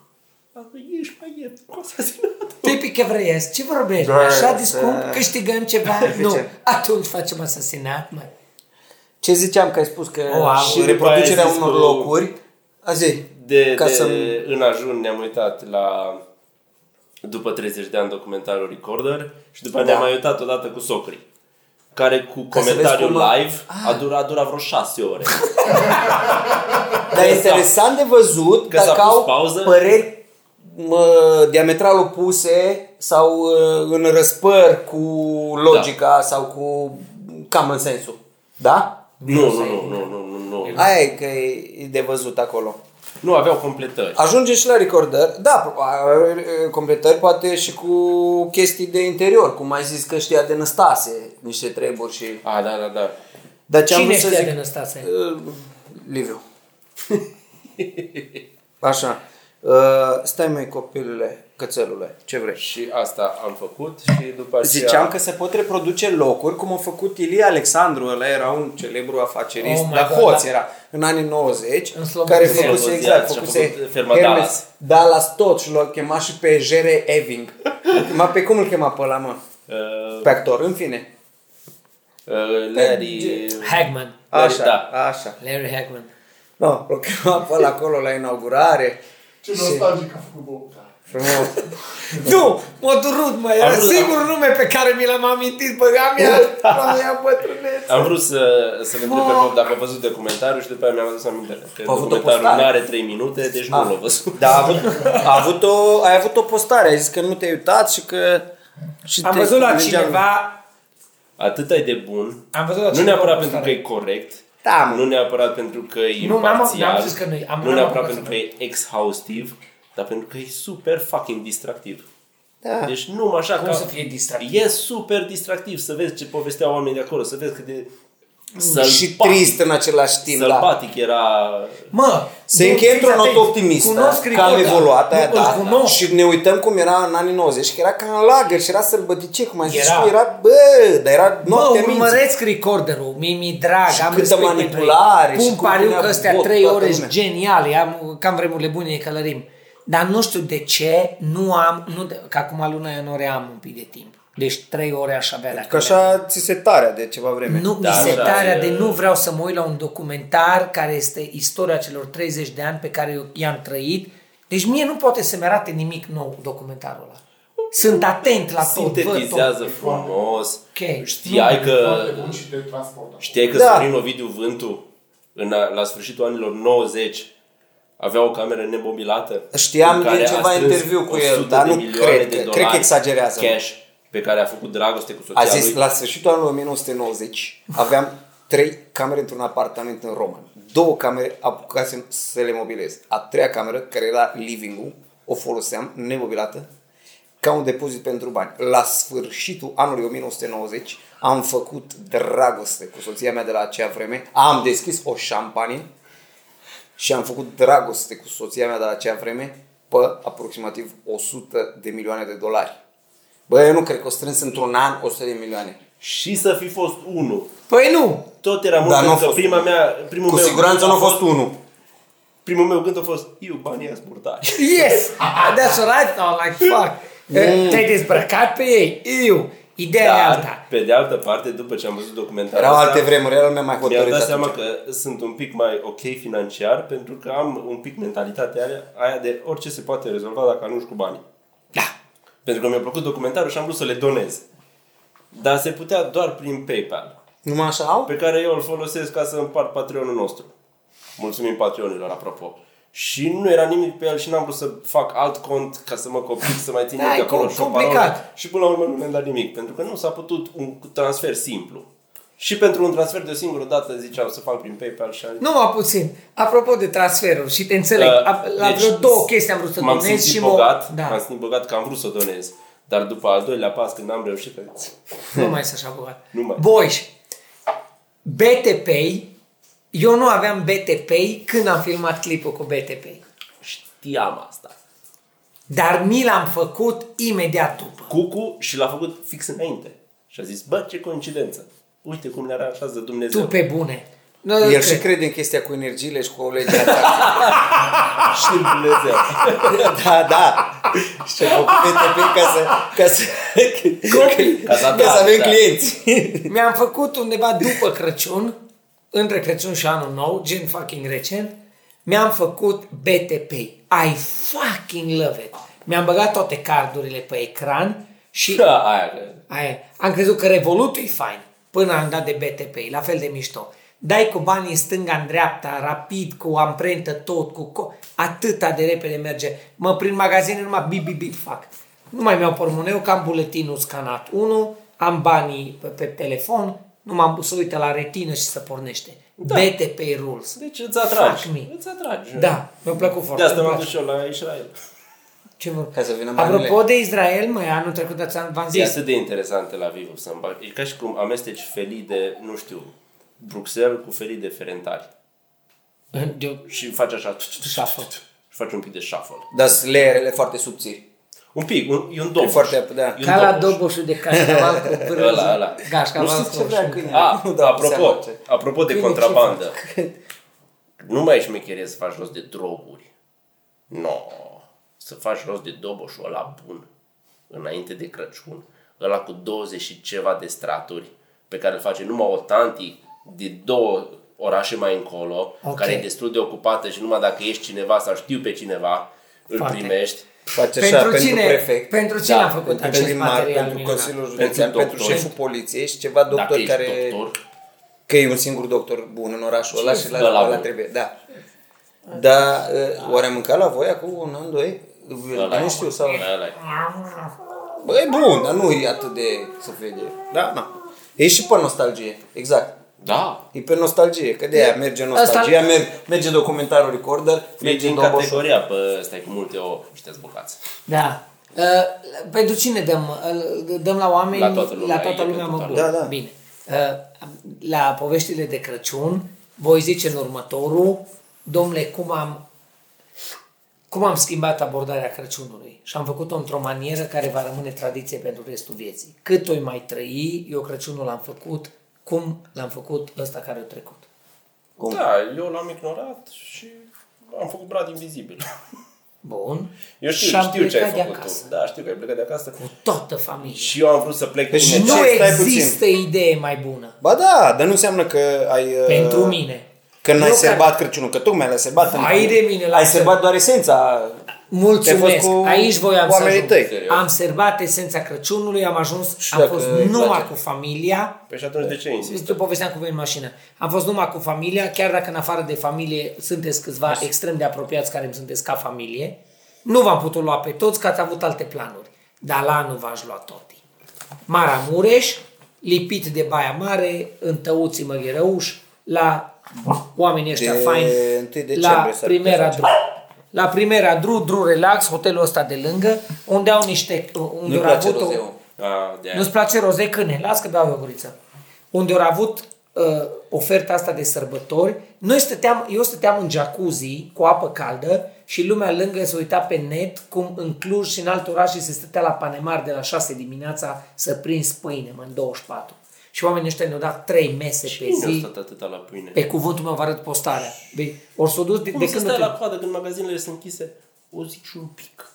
Speaker 1: Asta ești mai ieftin cu asasinat.
Speaker 2: Pepi Chevreiesc, ce vorbești?
Speaker 3: Da,
Speaker 2: Așa de
Speaker 3: să-
Speaker 2: scump? Câștigăm ceva? Nu.
Speaker 3: ce?
Speaker 2: Atunci facem asasinat, mă.
Speaker 3: Ce ziceam că ai spus că
Speaker 2: Wow.
Speaker 3: și
Speaker 1: Și după
Speaker 3: reproducerea
Speaker 1: aia ai zis
Speaker 3: unor
Speaker 1: cu-
Speaker 3: locuri, a zi,
Speaker 1: De,
Speaker 3: ca
Speaker 1: de
Speaker 3: să
Speaker 1: în ajun ne-am uitat la după 30 de ani documentarul Recorder și după da. ne-am mai uitat odată cu socrii care cu
Speaker 3: Ca să
Speaker 1: comentariul
Speaker 3: vezi cum a- Ah.
Speaker 1: live a durat, a durat vreo 6 ore.
Speaker 3: Dar e interesant de văzut
Speaker 1: Că
Speaker 3: dacă
Speaker 1: s-a pus
Speaker 3: au
Speaker 1: pauză?
Speaker 3: păreri mă, diametral opuse sau uh, în răspăr cu logica da. sau cu common sensul. Da?
Speaker 1: nu, nu, nu, nu, nu, nu, nu.
Speaker 3: Aia e că e e de văzut acolo.
Speaker 1: Nu aveau completări.
Speaker 3: Ajungem și la recorder. Da, are completări poate și cu chestii de interior, cum ai zis că știa de Năstase niște treburi și...
Speaker 1: A, da, da, da.
Speaker 3: Dar ce am
Speaker 2: Cine
Speaker 3: vrut să
Speaker 2: știa
Speaker 3: zic...
Speaker 2: de Năstase?
Speaker 3: Uh, Liviu. Așa. Uh, stai mai copilule, cățelule, ce vrei?
Speaker 1: Și asta am făcut și după aceea...
Speaker 3: Ziceam că se pot reproduce locuri, cum a făcut Ilie Alexandru, ăla era un celebru
Speaker 2: Oh
Speaker 3: afacerist, oh
Speaker 2: my
Speaker 3: dar
Speaker 2: God,
Speaker 3: hoț
Speaker 2: da.
Speaker 3: era, în anii 90,
Speaker 2: În slow
Speaker 3: care
Speaker 2: motion.
Speaker 3: făcuse,
Speaker 1: Slow
Speaker 3: exact,
Speaker 1: motion,
Speaker 2: da,
Speaker 1: și a
Speaker 3: făcuse
Speaker 1: făcut firma Dallas.
Speaker 3: Dallas tot și l-a chemat și pe Jere Eving. Îl chema, pe cum îl chema pe ăla, mă?
Speaker 1: Uh,
Speaker 3: Pe actor, în fine.
Speaker 1: uh, Larry...
Speaker 2: Hagman.
Speaker 1: Larry,
Speaker 3: Așa,
Speaker 1: da.
Speaker 3: așa.
Speaker 2: Larry Hagman.
Speaker 3: No, l-a chemat pe ăla acolo la inaugurare.
Speaker 4: Ce nostalgic a făcut Bob. Da.
Speaker 3: Frumos.
Speaker 2: Nu, mă durut, mă, era
Speaker 1: Am vrut,
Speaker 2: singurul nume pe care mi l-am amintit, bă, am ea, am ea bătrânețe.
Speaker 1: Am vrut să, să le întreb pe Bob dacă a văzut documentarul și după aia mi-am adus aminte că
Speaker 3: o
Speaker 1: documentarul nu
Speaker 3: postare.
Speaker 1: are 3 minute, deci nu l-a văzut.
Speaker 3: Da, a avut, a avut o, ai avut o postare, ai zis că nu te-ai uitat și că... Și
Speaker 2: Am
Speaker 3: te-
Speaker 2: văzut la
Speaker 3: mergeam-
Speaker 2: cineva,
Speaker 1: Atât ai de bun,
Speaker 2: am văzut la
Speaker 1: nu
Speaker 2: cineva.
Speaker 1: neapărat
Speaker 2: o
Speaker 1: pentru că
Speaker 2: postare.
Speaker 1: e corect,
Speaker 3: Da, mă.
Speaker 1: nu neapărat pentru că e
Speaker 2: Nu, n-am-
Speaker 1: imparțial,
Speaker 2: n-am zis că nu e. Am-
Speaker 1: nu
Speaker 2: n-am
Speaker 1: neapărat
Speaker 2: apucat să
Speaker 1: pentru că e exhaustiv, dar pentru că e super fucking distractiv.
Speaker 3: Da.
Speaker 1: Deci nu așa
Speaker 2: Cum
Speaker 1: ca...
Speaker 2: să fie distractiv?
Speaker 1: E super distractiv să vezi ce povesteau oamenii de acolo, să vezi cât de
Speaker 3: Mm, Da. Și
Speaker 1: sălbatic,
Speaker 3: trist în același timp, da.
Speaker 1: sălbatic era...
Speaker 2: Mă,
Speaker 3: Se
Speaker 2: nu,
Speaker 3: încheie
Speaker 2: fiți
Speaker 3: într-o notă
Speaker 2: atenți.
Speaker 3: optimistă,
Speaker 2: Cunosc
Speaker 3: că am
Speaker 2: Ricorda.
Speaker 3: da. evoluat,
Speaker 2: Nu,
Speaker 3: aia
Speaker 2: îl
Speaker 3: da,
Speaker 2: cunosc.
Speaker 3: și ne uităm cum era în anii 90, că era ca în lagăr și era sălbătice, cum ai zis
Speaker 2: Era.
Speaker 3: era. tu, era, bă, dar era
Speaker 2: Mă,
Speaker 3: noaptea minții.
Speaker 2: urmăresc recorderul, mi mi drag,
Speaker 3: Și
Speaker 2: am
Speaker 3: câtă
Speaker 2: respect pentru
Speaker 3: manipulare
Speaker 2: ei.
Speaker 3: și
Speaker 2: Pun
Speaker 3: cum
Speaker 2: pariu
Speaker 3: punea
Speaker 2: că astea
Speaker 3: bot
Speaker 2: trei
Speaker 3: toată
Speaker 2: ore sunt
Speaker 3: lumea.
Speaker 2: geniale, am, cam vremurile bune ne călărim. Dar nu știu de ce, nu am, nu, de- că acum luna ianuarie am un pic de timp. Deci trei ore aș avea dacă
Speaker 3: Că așa ți se tarea de ceva vreme.
Speaker 2: Nu, da,
Speaker 1: Da,
Speaker 2: mi se
Speaker 1: da,
Speaker 2: tarea
Speaker 1: e-
Speaker 2: de nu vreau să mă uit la un documentar care este istoria celor 30 de ani pe care eu i-am trăit. Deci mie nu poate să-mi arate nimic nou documentarul ăla. Sunt atent la tot, văd tot.
Speaker 1: Sintetizează frumos,
Speaker 2: Ok.
Speaker 1: știai că...
Speaker 4: Foarte bun și te transportă.
Speaker 1: Știai că
Speaker 3: Da.
Speaker 1: da. Sorin Ovidiu Vântu, în, la sfârșitul anilor 90, avea o cameră nebobilată?
Speaker 3: Știam
Speaker 1: în care
Speaker 3: din ceva
Speaker 1: a strâns
Speaker 3: interviu cu el,
Speaker 1: 100
Speaker 3: dar
Speaker 1: de
Speaker 3: nu
Speaker 1: milioane
Speaker 3: cred
Speaker 1: de
Speaker 3: că- cred
Speaker 1: dolari
Speaker 3: că exagerează.
Speaker 1: Cash pe care a făcut dragoste cu soția
Speaker 3: A zis,
Speaker 1: lui.
Speaker 3: la sfârșitul anului 1990 aveam trei camere într-un apartament în Roman. Două camere apucasem să le mobilez. A treia cameră, care era living-ul, o foloseam nemobilată ca un depozit pentru bani. La sfârșitul anului 1990 am făcut dragoste cu soția mea de la acea vreme. Am deschis o șampanie și am făcut dragoste cu soția mea de la acea vreme pe aproximativ 100 de milioane de dolari. Bă, eu nu cred că o strâns într-un an 100 de milioane.
Speaker 1: Și să fi fost unul.
Speaker 2: Păi nu!
Speaker 1: Tot era mult
Speaker 3: Dar nu a
Speaker 1: pentru că
Speaker 3: fost
Speaker 1: prima mea, primul
Speaker 3: Cu
Speaker 1: meu,
Speaker 3: siguranță nu a fost unul.
Speaker 1: primul meu gând a fost, eu banii ați murdari.
Speaker 2: Yes! That's right, I'm like, fuck. Eh,
Speaker 3: Mm.
Speaker 2: Te-ai dezbrăcat pe ei? Eu! Ideea e alta.
Speaker 1: Dar, pe de altă parte, după ce am văzut documentarul
Speaker 3: Erau
Speaker 1: ăsta,
Speaker 3: alte vremuri, el mi-a mai
Speaker 1: Mi-am
Speaker 3: hotărât
Speaker 1: Da, dat seama
Speaker 3: atunci.
Speaker 1: că sunt un pic mai ok financiar pentru că am un pic mentalitatea aia- aia de orice se poate rezolva dacă nu cu banii.
Speaker 2: Da.
Speaker 1: Pentru că mi-a plăcut documentarul și am vrut să le donez. Dar se putea doar prin PayPal,
Speaker 3: Numai așa au?
Speaker 1: pe care eu îl folosesc ca să împart Patreonul nostru. Mulțumim Patreonilor, apropo. Și nu era nimic pe el și n-am vrut să fac alt cont ca să mă complic, să mai țin
Speaker 2: Da,
Speaker 1: minte
Speaker 2: e
Speaker 1: acolo
Speaker 2: com-
Speaker 1: și o
Speaker 2: complicat.
Speaker 1: parolă. Și până la urmă nu mi-am dat nimic, pentru că nu s-a putut un transfer simplu. Și pentru un transfer de o singură dată ziceam să fac prin PayPal și am zis,
Speaker 2: Numai puțin. Apropo de transferuri și te înțeleg,
Speaker 1: Uh,
Speaker 2: uh, la vreo două chestii am vrut să
Speaker 1: m-am
Speaker 2: donez
Speaker 1: simțit
Speaker 2: și mă-
Speaker 1: bogat,
Speaker 2: Da.
Speaker 1: M-am simțit bogat că am vrut să donez. Dar după al doilea pas, când am reușit, că
Speaker 2: Nu mai ești așa bogat.
Speaker 1: Nu mai.
Speaker 2: Boys, BTP, eu nu aveam BTP când am filmat clipul cu BTP.
Speaker 1: știam asta.
Speaker 2: Dar mi l-am făcut imediat după.
Speaker 1: Cucu și l-a făcut fix înainte. Și a zis, bă, ce coincidență. Uite cum ne aranjează Dumnezeu.
Speaker 2: Tu pe bune. Nu,
Speaker 3: El
Speaker 2: cred.
Speaker 3: și crede în chestia cu energiile și cu legea ta.
Speaker 1: Și Dumnezeu.
Speaker 3: da, da. Și ce copii pe ca să, ca să,
Speaker 2: Copii.
Speaker 3: ca, să, ca să
Speaker 1: da.
Speaker 3: avem clienți.
Speaker 2: Mi-am făcut undeva după Crăciun, între Crăciun și Anul Nou, gen fucking recent, mi-am făcut BTP. I fucking love it. Mi-am băgat toate cardurile pe ecran și
Speaker 1: Da, aia cred.
Speaker 2: aia. am crezut că Revolut e fain până am dat de BTP, la fel de mișto. Dai cu banii în stânga, în dreapta, rapid, cu amprentă, tot, cu... Co- atâta de repede merge. Mă prin magazine numai bip, bip, bip fac. Nu mai mi-au pormoneu că am buletinul scanat 1, am banii pe, pe telefon, nu m-am să uită la retină și să pornește. Da. BTP rules.
Speaker 1: Deci îți atragi.
Speaker 2: Fuck me.
Speaker 1: Îți atragi.
Speaker 2: Da, mi-a plăcut foarte
Speaker 1: De asta
Speaker 2: îmi
Speaker 1: m-am
Speaker 2: place.
Speaker 1: dus și eu la Israel.
Speaker 2: Ce vor...
Speaker 3: Ca să vină
Speaker 2: Apropo
Speaker 3: manele.
Speaker 2: de Israel, mai anul trecut ți-am v-am
Speaker 1: Este
Speaker 2: zis.
Speaker 1: atât de interesant Tel Avivul să îmi bag. E ca și cum amesteci felii de, nu știu, Bruxelles cu felii de Ferentari.
Speaker 2: De-
Speaker 1: Și faci așa, tu, tu, tu,
Speaker 2: Shuffle.
Speaker 1: tu, tu, și faci un pic de shuffle.
Speaker 3: Dar sunt leerele foarte subțiri.
Speaker 1: Un pic, un, e un doboș.
Speaker 3: foarte, da.
Speaker 1: E un
Speaker 2: Ca la
Speaker 1: doboș.
Speaker 2: doboșul de cașcaval cu vârlă.
Speaker 1: Ăla, ăla.
Speaker 2: Cașcaval
Speaker 3: Nu
Speaker 2: cu
Speaker 3: știu ce vrea câinele.
Speaker 1: A,
Speaker 3: Nu dau
Speaker 1: Ah,
Speaker 3: seama
Speaker 1: apropo,
Speaker 3: ce.
Speaker 1: apropo de
Speaker 3: Câine, ce
Speaker 1: contrabandă.
Speaker 3: faci?
Speaker 1: Nu mai ești mecherie să faci rost de droguri. Nu. No. Să faci rost de doboșul ăla bun. Înainte de Crăciun. Ăla cu 20 și ceva de straturi pe care îl face numai o tanti de două orașe mai încolo,
Speaker 2: Ok.
Speaker 1: okay. care e destul de ocupată și numai dacă ești cineva sau știu pe cineva, îl
Speaker 2: Foarte.
Speaker 1: Foarte. primești.
Speaker 3: Face așa,
Speaker 2: Pentru
Speaker 3: pentru
Speaker 2: cine,
Speaker 3: prefect.
Speaker 2: pentru cine
Speaker 1: Da,
Speaker 2: a făcut
Speaker 3: pentru
Speaker 2: acest
Speaker 3: primar,
Speaker 2: material
Speaker 3: pentru
Speaker 2: minunat?
Speaker 3: Consiliul Județean,
Speaker 1: Pentru
Speaker 3: pentru
Speaker 1: doctor.
Speaker 3: șeful poliției și ceva
Speaker 1: Dacă
Speaker 3: doctor
Speaker 1: ești
Speaker 3: care...
Speaker 1: doctor,
Speaker 3: Că e un singur doctor bun în orașul ăla și la,
Speaker 1: Ăla
Speaker 3: la,
Speaker 1: bun.
Speaker 3: trebuie, da. Dar ă, oare am mâncat la voi acum un an, doi?
Speaker 1: ăla
Speaker 3: Nu știu, sau...
Speaker 1: Ăla e.
Speaker 3: Bă, e bun, dar nu e atât de să vede. Da, na. E și pe nostalgie, exact.
Speaker 1: Da.
Speaker 3: E pe nostalgie, că de aia merge nostalgia,
Speaker 2: Asta-
Speaker 3: merge, merge documentarul recorder,
Speaker 1: E
Speaker 3: merge
Speaker 1: din
Speaker 3: doboșul.
Speaker 1: categoria, pe stai cu multe o ăștia zbucați.
Speaker 2: Da. Uh, pentru cine dăm? Uh, Dăm la oameni,
Speaker 1: La toată lumea,
Speaker 2: la toată
Speaker 1: e
Speaker 2: lumea mă
Speaker 1: pentru
Speaker 2: bun.
Speaker 3: toată lumea. Da, da.
Speaker 2: Bine. Uh, la poveștile de Crăciun voi zice în următorul, domnule, cum am cum am schimbat abordarea Crăciunului și am făcut-o într-o manieră care va rămâne tradiție pentru restul vieții. Cât o mai trăi, eu Crăciunul l-am făcut, cum l-am făcut ăsta care a trecut.
Speaker 3: Cum?
Speaker 1: Da, eu l-am ignorat și am făcut brad invizibil.
Speaker 2: Bun.
Speaker 1: Eu știu,
Speaker 2: Și am
Speaker 1: știu ce ai
Speaker 2: plecat de
Speaker 1: făcut
Speaker 2: acasă.
Speaker 1: tu. Da, știu că ai plecat de acasă.
Speaker 2: Cu toată familia.
Speaker 1: Păi Și eu am vrut să plec
Speaker 3: Deci
Speaker 1: cu mine.
Speaker 3: nu-
Speaker 2: Nu
Speaker 3: ce, stai
Speaker 2: există idee mai bună.
Speaker 3: Ba da, dar nu înseamnă că ai... ă,
Speaker 2: Pentru mine.
Speaker 3: Că n-ai
Speaker 2: Eu
Speaker 3: sărbat Crăciunul, că tocmai l-ai sărbat.
Speaker 2: Vai
Speaker 3: în-
Speaker 2: de mine, l-am
Speaker 3: Ai sărbat doar esența. Te-ai
Speaker 2: Mulțumesc.
Speaker 3: fost cu
Speaker 2: Aici voiam să
Speaker 3: oamenii
Speaker 2: ajung.
Speaker 3: tăi.
Speaker 1: Serios.
Speaker 2: Am servat esența Crăciunului, am ajuns,
Speaker 3: Și
Speaker 2: am
Speaker 3: dacă
Speaker 2: fost
Speaker 3: îi
Speaker 2: numai
Speaker 3: place.
Speaker 2: cu familia.
Speaker 1: Păi și atunci de ce insist?
Speaker 2: Eu povesteam cu voi în mașină. Am fost numai cu familia, chiar dacă în afară de familie sunteți câțiva extrem de apropiați care îmi sunteți ca familie. Nu v-am putut lua pe toți, că ați avut alte planuri. Dar la anul v-aș lua toți. Maramureș, lipit de Baia Mare, în Tăuții Măgherăuș, la oamenii ăștia
Speaker 3: De
Speaker 2: faini,
Speaker 3: 1 decembrie s-ar
Speaker 2: la
Speaker 3: putea
Speaker 2: primera dru. La primera dru, dru relax, hotelul ăsta de lângă, unde au niște... Unde
Speaker 3: Nu-i
Speaker 2: au
Speaker 3: place
Speaker 2: avut o-
Speaker 3: rozeul.
Speaker 1: A, Ah, de aia.
Speaker 2: nu-ți place roze câine, las că beau eu o guriță. Unde au avut uh, oferta asta de sărbători, noi stăteam, eu stăteam în jacuzzi cu apă caldă și lumea lângă se uita pe net cum în Cluj și în alte orașe se stătea la Panemar de la 6 dimineața să prinzi pâine mă, în 24. Și oamenii ăștia ne-au dat 3 mese pe
Speaker 1: Nu
Speaker 2: zi.
Speaker 1: stat atâta la pâine.
Speaker 2: Pe cuvântul meu vă arăt postarea. Vei- Ori s-o dus de,
Speaker 1: Cum
Speaker 2: de
Speaker 1: să
Speaker 2: când...
Speaker 1: stai
Speaker 2: nu te-
Speaker 1: la coadă când magazinele sunt închise? O zi și un pic.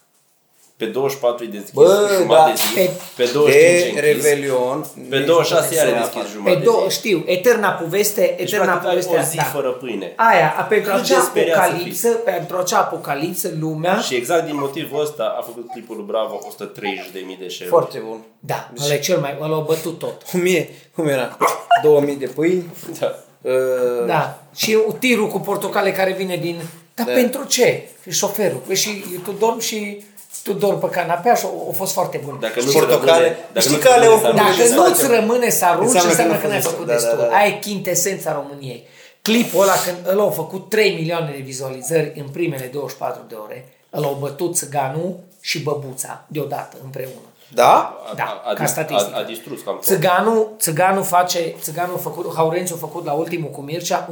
Speaker 1: Pe 24 e deschis
Speaker 3: Bă,
Speaker 1: jumătate
Speaker 3: da.
Speaker 1: de zi.
Speaker 2: Pe-
Speaker 1: Pe 25 e
Speaker 3: De
Speaker 1: închis.
Speaker 3: Revelion.
Speaker 1: Pe 26 iar e deschis
Speaker 2: Pe
Speaker 1: jumătate de
Speaker 2: Păi, două,
Speaker 1: zi.
Speaker 2: știu, eterna poveste,
Speaker 1: Deci
Speaker 2: eterna da.
Speaker 1: practic
Speaker 2: poveste.
Speaker 1: ai o zi fără pâine.
Speaker 2: Aia, a- pentru
Speaker 1: Cât de
Speaker 2: acea
Speaker 1: speriat să
Speaker 2: apocalipsă, pentru acea apocalipsă, lumea...
Speaker 1: Și exact din motivul ăsta a făcut clipul lui Bravo 130.000 de share
Speaker 3: Foarte bun.
Speaker 2: Da, ăla e cel mai... ăla a bătut tot.
Speaker 3: Cum e? Cum era? 2000 de pâini.
Speaker 1: Da.
Speaker 3: Uh,
Speaker 2: Da. Și tirul cu portocale care vine din... Dar da. pentru ce? E șoferul. Păi și tu dormi și tu dormi pe canapea și a, a fost foarte bun.
Speaker 1: Dacă nu
Speaker 3: Portocale.
Speaker 1: se rămâne, dacă
Speaker 3: Știi
Speaker 1: nu
Speaker 3: că
Speaker 1: se
Speaker 3: alea
Speaker 1: rămâne,
Speaker 3: au
Speaker 1: s-ar
Speaker 3: făcut
Speaker 1: merge să-
Speaker 2: Dacă nu-ți rămâne să arunci,
Speaker 3: Da. Înseamnă că- înseamnă că
Speaker 2: înseamnă
Speaker 3: n-a
Speaker 2: că n-ai
Speaker 3: fost
Speaker 2: făcut
Speaker 3: destul. Da,
Speaker 2: destul.
Speaker 3: da, da.
Speaker 2: Aia e chintesența României. Clipul ăla, când ăla au făcut 3 milioane de vizualizări în primele 24 de ore, ăla au bătut țăganul și băbuța deodată, împreună.
Speaker 3: da?
Speaker 1: A-
Speaker 2: Da,
Speaker 1: a- a-
Speaker 2: ca statistică.
Speaker 1: a- a distrus cam tot.
Speaker 2: Țăganul, țăganul face, țăganul a făcut, Haurențiu a făcut la ultimul cu Mircea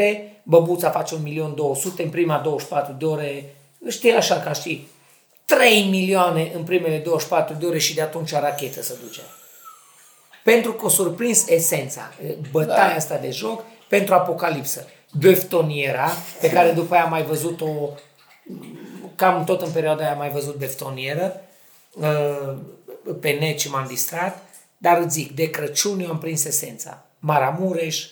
Speaker 2: 1.800.000, Băbuța face 1.200.000 în prima 24 de ore, știi așa ca știi, 3 milioane în primele 24 de ore și de atunci rachetă să duce. Pentru că a surprins esența, bătaia asta de joc, pentru Apocalipsă. Beftoniera, pe care după aia am mai văzut-o, cam tot în perioada aia am mai văzut Beftonieră, uh, pe neci m-am distrat, dar îți zic, de Crăciun eu am prins esența. Maramureș,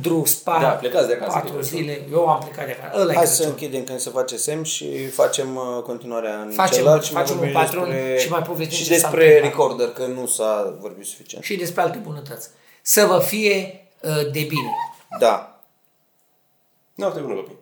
Speaker 2: Druspa,
Speaker 1: Da, plecați de acasă de
Speaker 2: patru
Speaker 1: Crăciun.
Speaker 2: zile, eu am plecat de acasă. Ăla e
Speaker 3: Hai să
Speaker 2: Crăciun.
Speaker 3: închidem când se face semn și facem uh, continuarea în
Speaker 2: Facem-
Speaker 3: celălalt și mai
Speaker 2: facem
Speaker 3: vorbim
Speaker 2: un patron
Speaker 3: despre-
Speaker 2: și mai povestim
Speaker 3: și
Speaker 2: ce s-a
Speaker 3: despre
Speaker 2: întâmplat.
Speaker 3: recorder, că nu s-a vorbit suficient.
Speaker 2: și despre alte bunătăți. Să vă fie uh, de bine.
Speaker 3: Da.
Speaker 1: Noapte bună, copii.